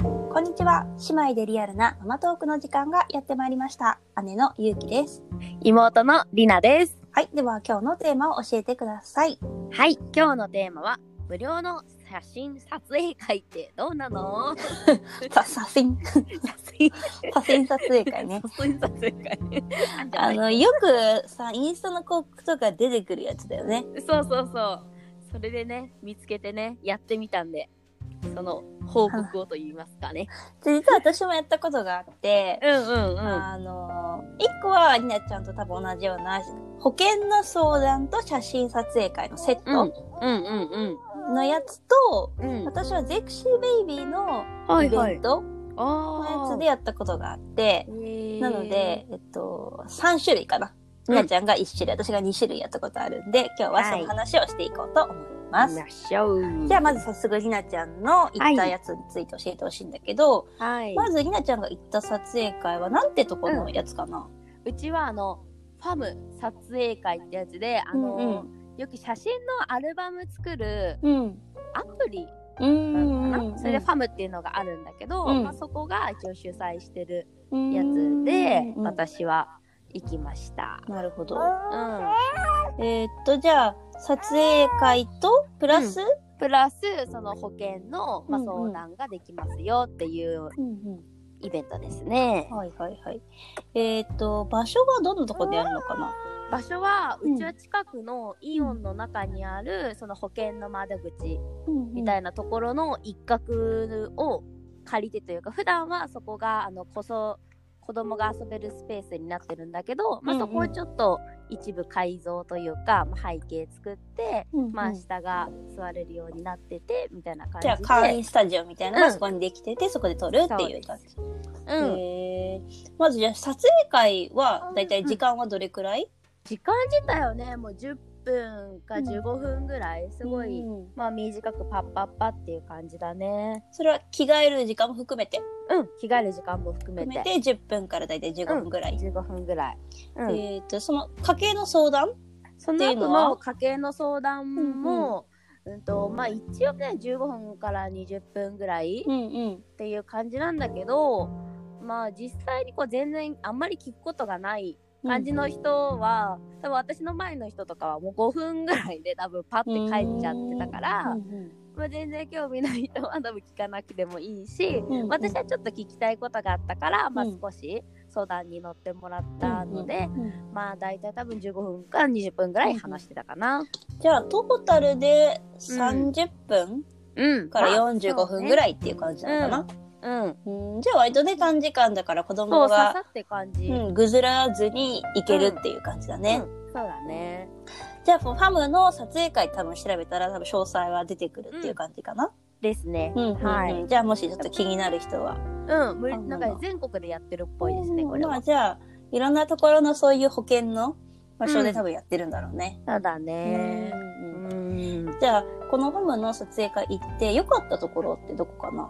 こんにちは。姉妹でリアルなママトークの時間がやってまいりました。姉のゆうきです。妹のりなです。はい。では今日のテーマを教えてくださ い。はい、今日のテーマは無料の写真撮影会ってどうなの？さ、写真、写真写真撮影会 ね。写真撮影会。 あの、よくさ、インスタの広告とか出てくるやつだよね。 そうそうそう。それでね見つけてねやってみたんで、その報告をと言いますかね。で実は私もやったことがあって、うんうんうん。あの、一個は、りなちゃんと多分同じような、保険の相談と写真撮影会のセッうんトうんうんのやつと、うん。うん。私はゼクシーベイビーのはイいはベンい。トのやあつでやったことがあって、でなので、えっと、3種類かな。うんみなちゃんが1種類、私が2種類やったことあるんで、今日はその話をしていこうと思います。なっしゃう。じゃあまず早速ひなちゃんの行ったやつについて教えてほしいんだけど、はい。まずひなちゃんが行った撮影会はなんてとこのやつかな、うちはあのファム撮影会ってやつであの、うんうよく写真のアルバム作るうん、アプリうなのん。かな、うん。それでファムっていうのがあるんだけど、うんまあ、そこが一応主催してるうんやつで、うん私は行きました。なるほど。うん、えーっと、じゃあ、撮影会と、プラス、プラスその保険の、まあ、うんう相ん談ができますよっていううんうイベントですねん。。はいはいはい。えーっと、場所はどんなとこでやるのかな場所はうんうちは近くのイオンの中にあるその保険の窓口みみたいいなところの一角を借りてというか普段はそこがあのこそ子供が遊べるスペースになってるんだけど、まうあ、んうんそこをちょっと一部改造というか、まあ、背景作って、な。うんまあ、下が座れるようになっててみたいな感じゃあ、じ会で。員スタジオみたいなのがうんそこにできてて、そこで撮るっていう感じ。うん、へーまずじゃあ、撮影会は、だいたい時間はどれくらい時間自体はねもう10分か15分ぐらいすごい、うんまあ、短くパッパッパっていう感じだね。それは着替える時間も含めて、うん、着替える時間も含め含めてて10分からだいたい15分くらい。 15分ぐらい。うんえーっと、その、家計の相談そのっていう後のはの家計の相談も、うんとまあ、一応ね15分から20分ぐらいんうん。っていう感じなんだけど、まあ実際にこう全然あんまり聞くことがない感じの人は、多分私の前の人とかはもう5分ぐらいで多分パッて帰っちゃってたから、まあ、全然興味ない人は多分聞かなくてもいいし、うんうん私はちょっと聞きたいことがあったから、まあ、うん少し相談に乗ってもらったので、うんうんまあ大体多分15分から20分ぐらい話してたかな。じゃあトータルで30分うん。から45分ぐらい。いっていう感じなのかうん。な、うんじゃあ割とね短時間だから子そ供う、刺さが、って感じ。ううんん、ぐずらずにいけるっていう感じだね、そうだね。じゃあファムの撮影会多分調べたら多分詳細は出てくるっていう感じかな、ですね。うんうんうんはい。じゃあもしちょっと気になる人はうん。無理うんなんか全国でやってるっぽいですね、これまあは。じゃあいろんなところのそういう保険の場所うでん多分やってるんだろうね、そうだうんね。ううんん。じゃあこのファムの撮影会行って良かったところってどこかな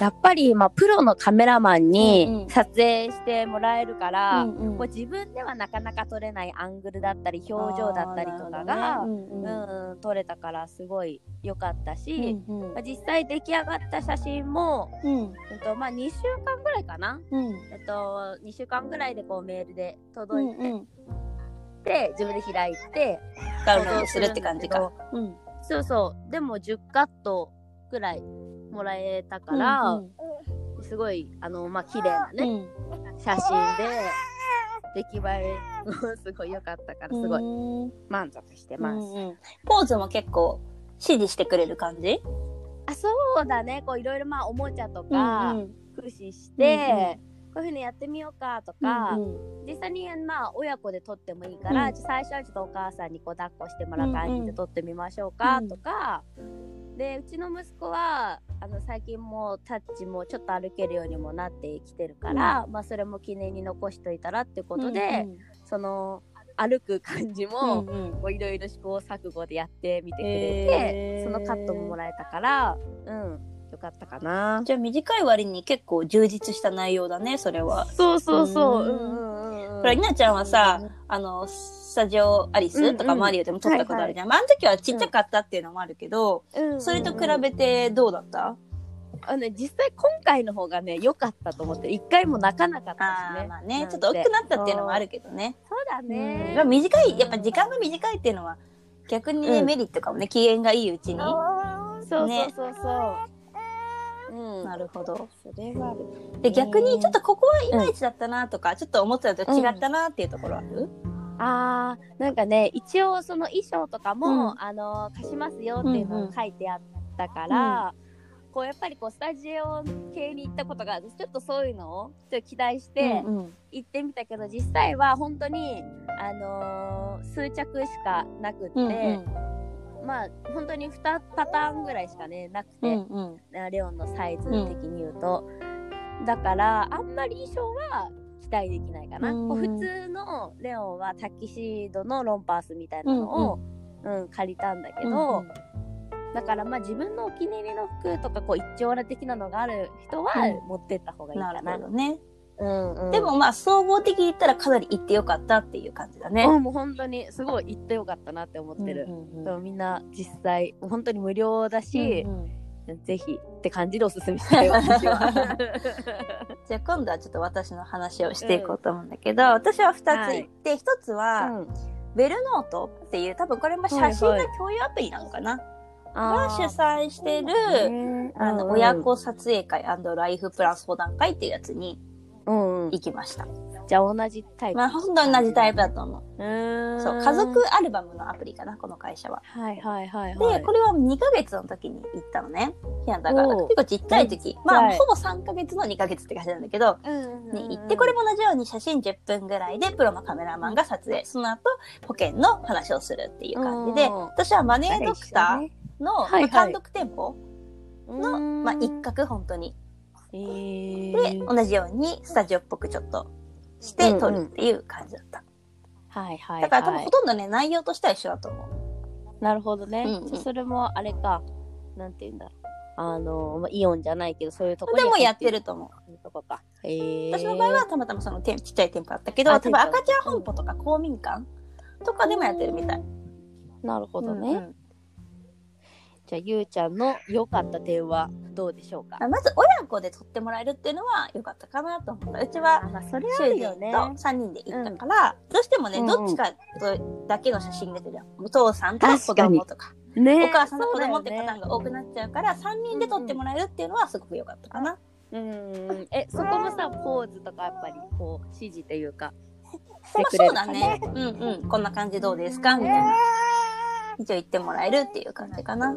やっぱり、まあ、プロのカメラマンうんうにん撮影してもらえるから、うんうんこう自分ではなかなか撮れないアングルだったり、表情だったりとかあが、ーなるほどねうん、撮れたからすごい良かったし、うんうんまあ、実際出来上がった写真も、うんえっとまあ、2週間ぐらいかな、うんえっと、2週間ぐらいでこうメールでう届いんうんて、自分で開いてダウンロードするって感じか。うんそうそうでも10カットぐらいもらえたから、うんすごいあのまあ綺麗なうね、ん写真で出来栄え もすごい良かったからすごいうん満足してます、うんうんポーズも結構指示してくれる感じあそうだねこういろいろまあおもちゃとかうん駆使して、こういうふうにやってみようかとか、うん実際にまあ親子で撮ってもいいから、うん最初はちょっとお母さんにこう抱っこしてもらったうんうん感じで撮ってみましょうかうんとか、でうちの息子はあの最近もうタッチもちょっと歩けるようにもなってきてるから、まあ、それも記念に残しといたらってことで、その歩く感じうんうもんうんこういろいろ試行錯誤でやってみてくれて、へーそのカットももらえたからうんよかったかな。じゃあ短い割に結構充実した内容だねそれは。そうそうそうう。うんんうんうんうんこれりなちゃんはさあのスタジオアリスとかうんうんマリオでも撮ったことあるじゃん、まああの時はちっちゃかったっていうのもあるけど、うんうんうんそれと比べてどうだった、あのね、実際今回の方がね良かったと思って一回も泣かなかったあしーねまあねなんてちょっと大きくなったっていうのもあるけどねそうだうんねまあ、短いやっぱ時間が短いっていうのは逆にね、うんメリットかもね機嫌がいいうちにそうそねうそうそう、うんなるほどそれはあるでね逆にちょっとここはいまいちだったなとか、ちょっと思ってたと違ったなっていうところある、あーなんかね一応その衣装とかも、うあの貸しますよっていうのを書いてあったから、こうやっぱりこうスタジオ系に行ったことがあるちょっとそういうのをちょっと期待して、うんうん行ってみたけど実際は本当にあのー数着しかなくって、うんうんまあ本当に2パターンぐらいしかねなくて、うんうんあレオンのサイズ的に言うと、だからあんまり衣装は期待できないかな、うんこう普通のレオンはタキシードのロンパースみたいなのを、うん借りたんだけど、だからまあ自分のお気に入りの服とかこう一丁羅的なのがある人はうん持ってった方がいいなかるな、ほどね、うんうんでもまあ総合的に言ったらかなり行ってよかったっていう感じだね、うんもう本当にすごい行ってよかったなって思ってるう。んうんうんそうみんな実際本当に無料だしう、 んうんぜひって感じでおすすめした い私は。じゃあ今度はちょっと私の話をしていこうと思うんだけど、私は2つ行って、1つは、うんウェルノートっていう多分これも写真の共有アプリなのかな、が主催してる、あの親子撮影会ライフプラン相談会っていうやつにうんうん行きました。じゃあ同じタイプ。まあ本当に同じタイプだと思うう。ーんそう、家族アルバムのアプリかな、この会社は。はいはいはいで、はい。これは2ヶ月の時に行ったのね。ひなたが。おう結構ちっちゃい時。まあちっちゃいほぼ3ヶ月の2ヶ月って感じなんだけど、れね、行ってこれも同じように写真10分ぐらいでプロのカメラマンが撮影その後保険の話をするっていう感じでうん私はマネードクターのはいはいまあ単独店舗の、まあ、一回角本当にでで同じようにスタジオっぽくちょっとして撮るっていう感じだった、はいはいはい。だから多分ほとんどね内容としては一緒だと思なるほどね。うんうんじゃあそれもあれか、なんて言うんだろう。あの、まあ、イオンじゃないけど、そういうとこうにでもやってると思うそういうとこか。へえ。私の場合はたまたまその店ちっちゃい店舗だったけどあ多分赤ちゃん本舗とか公民館とかでもやってるみたいなるほどね。うんうんじゃあ、ゆうちゃんの良かった点はどうでしょうか。あまず親子で撮ってもらえるっていうのは良かったかなと思ったうちはあまあ、それはあ主る人よとね。 3人で行ったから、どうしてもね、うんうどんっちかとだけの写真が出てるお父さんと子供とかねお母さんと子供ってパタそーンが多くなっちゃうから3人で撮ってもらえるっていうのはすごく良かったかな、うだよねうん。え、そこもさ、ポーズとかやっぱり、こう、指示というか。そうてくれそうるだかねうんうんこんな感じどうですかみたいな一応言ってもらえるっていう感じかな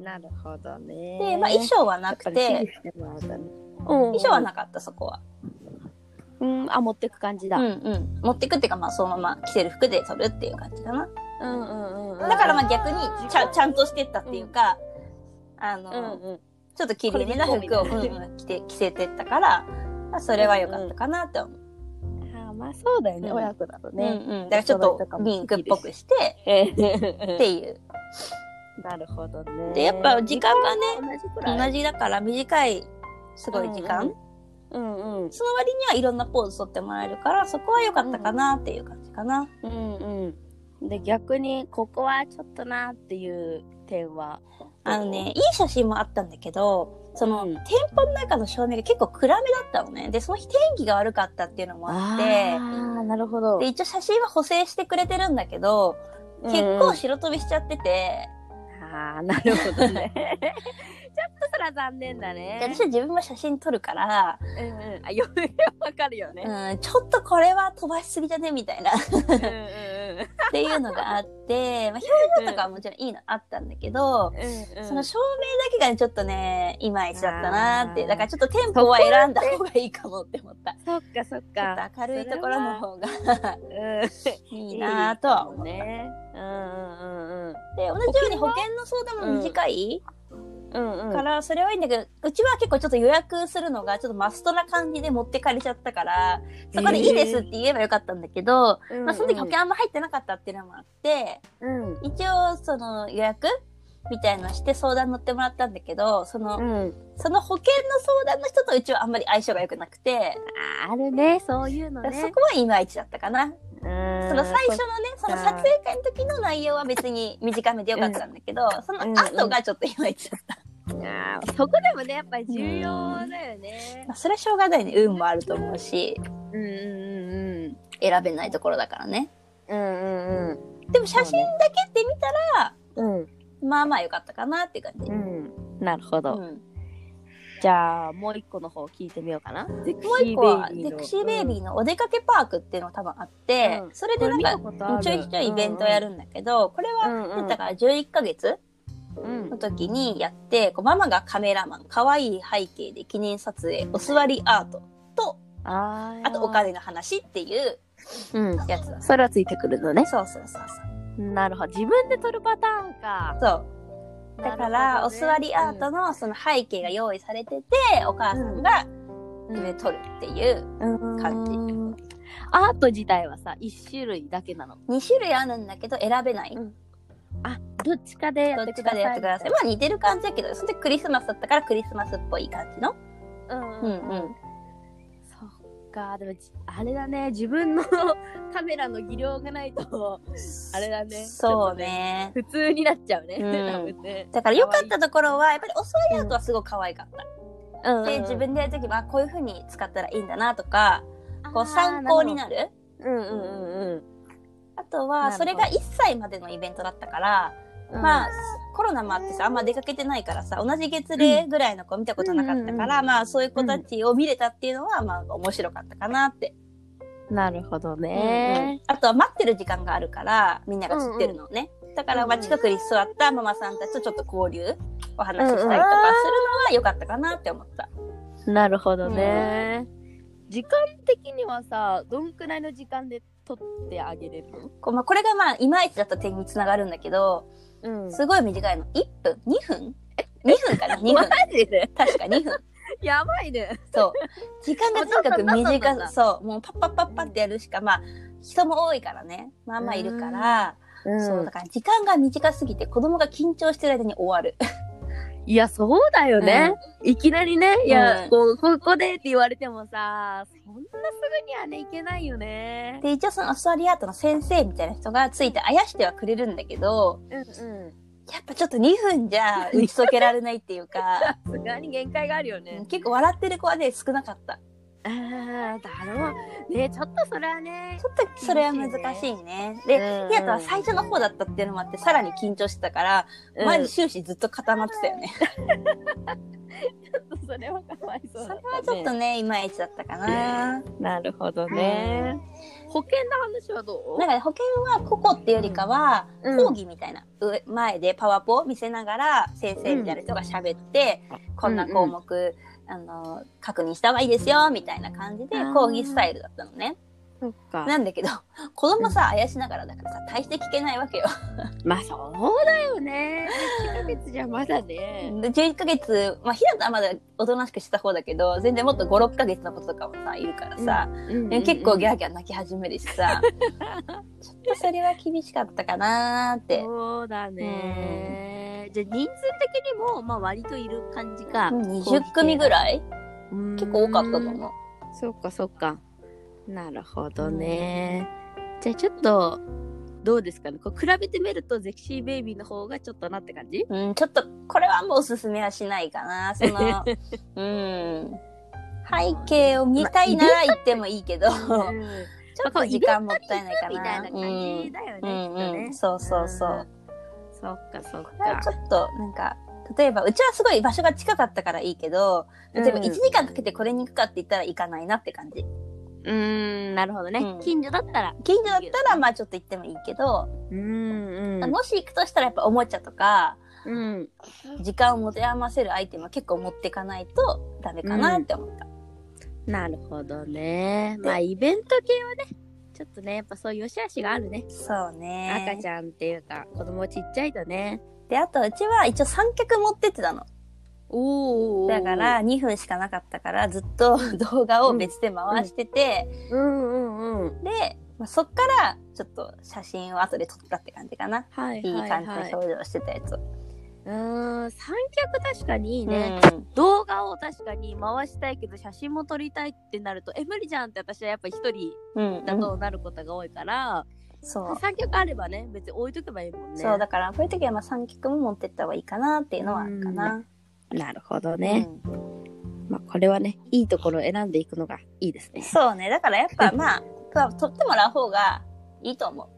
なるほどね。で、まあ、衣装はなくやっぱりて指示してもらうとねうん。衣装はなかったそこはうん、あ、持ってく感じだ。うんうん持ってくっていうかまあそのまま着てる服で撮るっていう感じかなうんうんうんうん。だからまあ逆にちゃちゃんとしてったっていうか、あの、うんうん。ちょっと綺麗めな服をこれでいこうみたいなうんうん着て着せてったから、まあ、それは良かったかなって思う。あーまあそうだよね、うん親子だとうんね。うんだからちょっとピンクっぽくしてっていう。 なるほどね。でやっぱ時間がね同じくら同い。じだから短いすごい時間、うんうんうん。その割にはいろんなポーズ撮ってもらえるからそこは良かったかなっていう感じかな。うんうん。で逆にここはちょっとなっていう点は。あのねいい写真もあったんだけどその、うん店舗の中の照明が結構暗めだったのね。でその日天気が悪かったっていうのもああって。あなるほど。で一応写真は補正してくれてるんだけど、結構白飛びしちゃってて、ああなるほ どね。ちょっとそら残念だね。で私は自分も写真撮るから、うんうん。あよくわかるよね。うん、ちょっとこれは飛ばしすぎじゃねみたいなっうんうんていうのがあ って、まあ、表情とかはもちろんいいのあったんだけど、うんうん。その照明だけがねちょっとねいまいちだったなってあーだからちょっとテンポは選んだ方がいいかもって思った。そっかそっちょか。っと明るいところの方がそれは。いいなとは思うっん。ね。うんうんうんうん。て同じように保険の相談も短い、うんうん。からそれはいいんだけどうちは結構ちょっと予約するのがちょっとマストな感じで持ってかれちゃったからそこで「いいです」って言えばよかったんだけど、まあ、その時保険あんま入ってなかったっていうのもあってうん一応その予約みたいのして相談乗ってもらったんだけどその,、うん、その保険の相談の人とうちはあんまり相性が良くなくて、あーあるねそういうのだからそねこはいまいちだったかな。そその最初のねその撮影会の時の内容は別に短めでよかったんだけど、その後がちょっといまいちだった。あーそこでもねやっぱり重要だよねまあ、それはしょうがないね運もあると思うしうんうん選べないところだからねうんうんうんでも写真だけって見たら、うんうんまあまあ良かったかなっていう感じ、うんなるほど、うんじゃあもう一個の方聞いてみようかなゼクもう一個はデクシーベイビーのお出かけパークっていうのが多分あって、うんそれでなんかちょいちょいイベントをやるるんだけど、これは、うんうんだから11ヶ月うんの時にやって、こうママがカメラマン、可愛い背景で記念撮影、お座りアートと、あーあとお金の話っていううんやつだね。それはついてくるのねそうそうそうそう。なるほど自分で撮るパターンかそう。だから、お座りアートののその背景が用意されてて、お母さんが上撮るっていう感じじアート自体はさ一種類だけなの2種類あるんだけど選べない。あどっちかでやどっってちくかださいでやってください。まあ似てる感じだけど、それでクリスマスだったからクリスマスっぽい感じの。うんううんん、うん。そっかでもじあれだね自分の カメラの技量がないとあれだねそうね。普通になっちゃうね、うん多分ねだから良かったところは、やっぱりお座りアートはすごい可愛かった。うんで、自分でやるときは、あこういう風に使ったらいいんだなとか、こう参考にるなる。うんうんうんうんあとは、なるほどそれが1歳までのイベントだったから、まあ、コロナもあってさ、あんま出かけてないからさ、同じ月齢ぐらいの子見たことなかったから、まあ、そういう子たちを見れたっていうのは、まあ、面白かったかなって。なるほどうんうねん、あとは待ってる時間があるから、みんなが知ってるのね。だから、まあ、うんうん近くに座ったママさんたちとちょっと交流、お話ししたりとかするのは良かったかなって思った。なるほどね、時間的にはさどんくらいの時間で撮ってあげれるこうまあ、これがまあ、いまいちだった点につながるんだけど、の、すごい短いの。1分 ?2 分 ?2 分かな ?2 分。ジで確か2分。やばいねそう。時間がとにかくあそうなん短だく、そう。もうパッパッパッパってやるしか、まあ、人も多いからね。まあまあいるから、そそうう。だだから時間が短すぎて子供が緊張してる間に終わる。いやそうだよね、いきなりねいや、うんこうここでって言われてもさそんなすぐにはねいけないよねで、一応そのアストラリアートの先生みたいな人がついてあやしてはくれるんだけど、うんうんやっぱちょっと2分じゃ打ち解けられないっていうか、さすがに限界があるよね、結構笑ってる子はね、少なかった。ああだろうねちょっとそれはねちょっとそれは難しいね。で、リアとは最初の方だったっていうのもあって、さらに緊張してたから、うんマジ終始ずっと固まってたよね。それはかわいそうだったねちょっとね、いまいちだったかな。なるほどね。保険の話はどなんか保険は個々っていうよりかは、うん講義みたいな、上前でパワポを見せながら先生みたいな人が喋って、こんな項目、あの確認した方がいいですよみたいな感じであー講義スタイルだったのね。そっかなんだけど子供さあやしながらだからさ大して聞けないわけよ。まあそうだよね。1ヶ月じゃまだね。で11ヶ月まあひなたはまだおとなしくしてた方だけど全然もっと56ヶ月のこととかもさいるからさ、で結構ギャーギャー泣き始めるし さちょっとそれは厳しかったかなーって。そうだね。じゃあ人数的にも、まあ割といる感じか。 20組ぐらい結結構多かったと思う。そっかそっか。なるほどね。じゃあちょっと、どうですかね。こう比べてみると、ゼクシーベイビーの方がちょっとなって感じうん、ちょっと、これはもうおすすめはしないかな。そ の、うん。背景を見たいなら行ってもいいけ ど、ちょっと時間もったいないかみたいな。なう感じんだようね、んきっとうん、ね。そうそうそう。そっかそっこれはかち。ょっと、なんか、例えば、うちはすごい場所が近かったからいいけど、例えばうん1時間かけてこれに行くかって言ったら行かないなって感じ。うーん、なるほどね。うん近所だったら。近所だったら、まあちょっと行ってもいいけど、うんうん。もし行くとしたらやっぱおもちゃとか、うん。時間を持て余せるアイテムは結構持っていかないとダメかなって思った。なるほどね。まあ、イベント系はね、ちょっとね、やっぱそういう良し悪しがあるね。そうね。赤ちゃんっていうか、子供ちっちゃいとね。で、あとうちは一応三脚持ってってたの。おだか、ら2分しかなかったからずっと 動画を別で回してて、うんうんうん。で、まあ、そっからちょっと写真を後で撮ったって感じかな。はいいいはい感じのはい。表情してたやつを。うーん、三脚確かにいいね。うん動画を確かに回したいけど、写真も撮りたいってなると、え、無理じゃんって私はやっぱ一人うん、だとなることが多いから、そう。三脚あればね、別に置いとけばいいもんね。そうだからこういう時はまあ三脚も持ってった方がいいかなっていうのはあるかな。なるほどうんね。まあ、これはね、いいところを選んでいくのがいいですね。そうねだからやっ ぱまあまあ撮ってもらう方がいいと思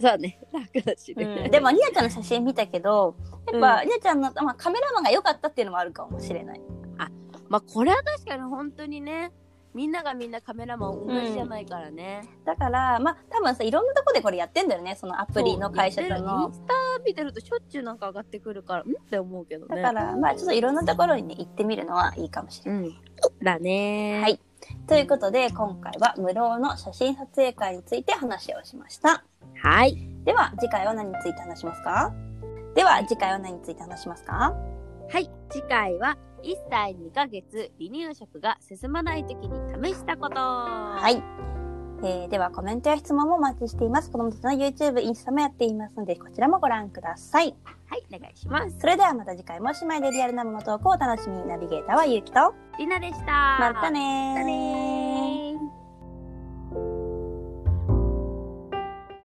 そうね、楽だしう、ね。でもニアちゃんの写真見たけどやっぱ、うニアちゃんの、まあ、カメラマンが良かったっていうのもあるかもしれないまあ、これは確かに本当にね、みんながみんなカメラマン同じじゃないからね。だからまあ多分さいろんなとこでこれやってんだよねそのアプリの会社とそうイのンスタ見てるとしょっちゅうなんか上がってくるから、んって思うけどね。だから、まあちょっといろんなところに、ね、行ってみるのはいいかもしれないうん。だねはいということで今回は無料の写真撮影会について話をしましたはい。では次回は何について話しますかでは次回は何について話しますかはい、次回は1歳2ヶ月離乳食が進まない時に試したこと。は、はいえーではコメントや質問もお待ちしています子どもたちの YouTube インスタもやっていますのでこちらもご覧くださいはい、お願いします。それではまた次回も姉妹でリアルなものトークをお楽しみにナビゲーターはゆうきとりなでした。またねーまたねー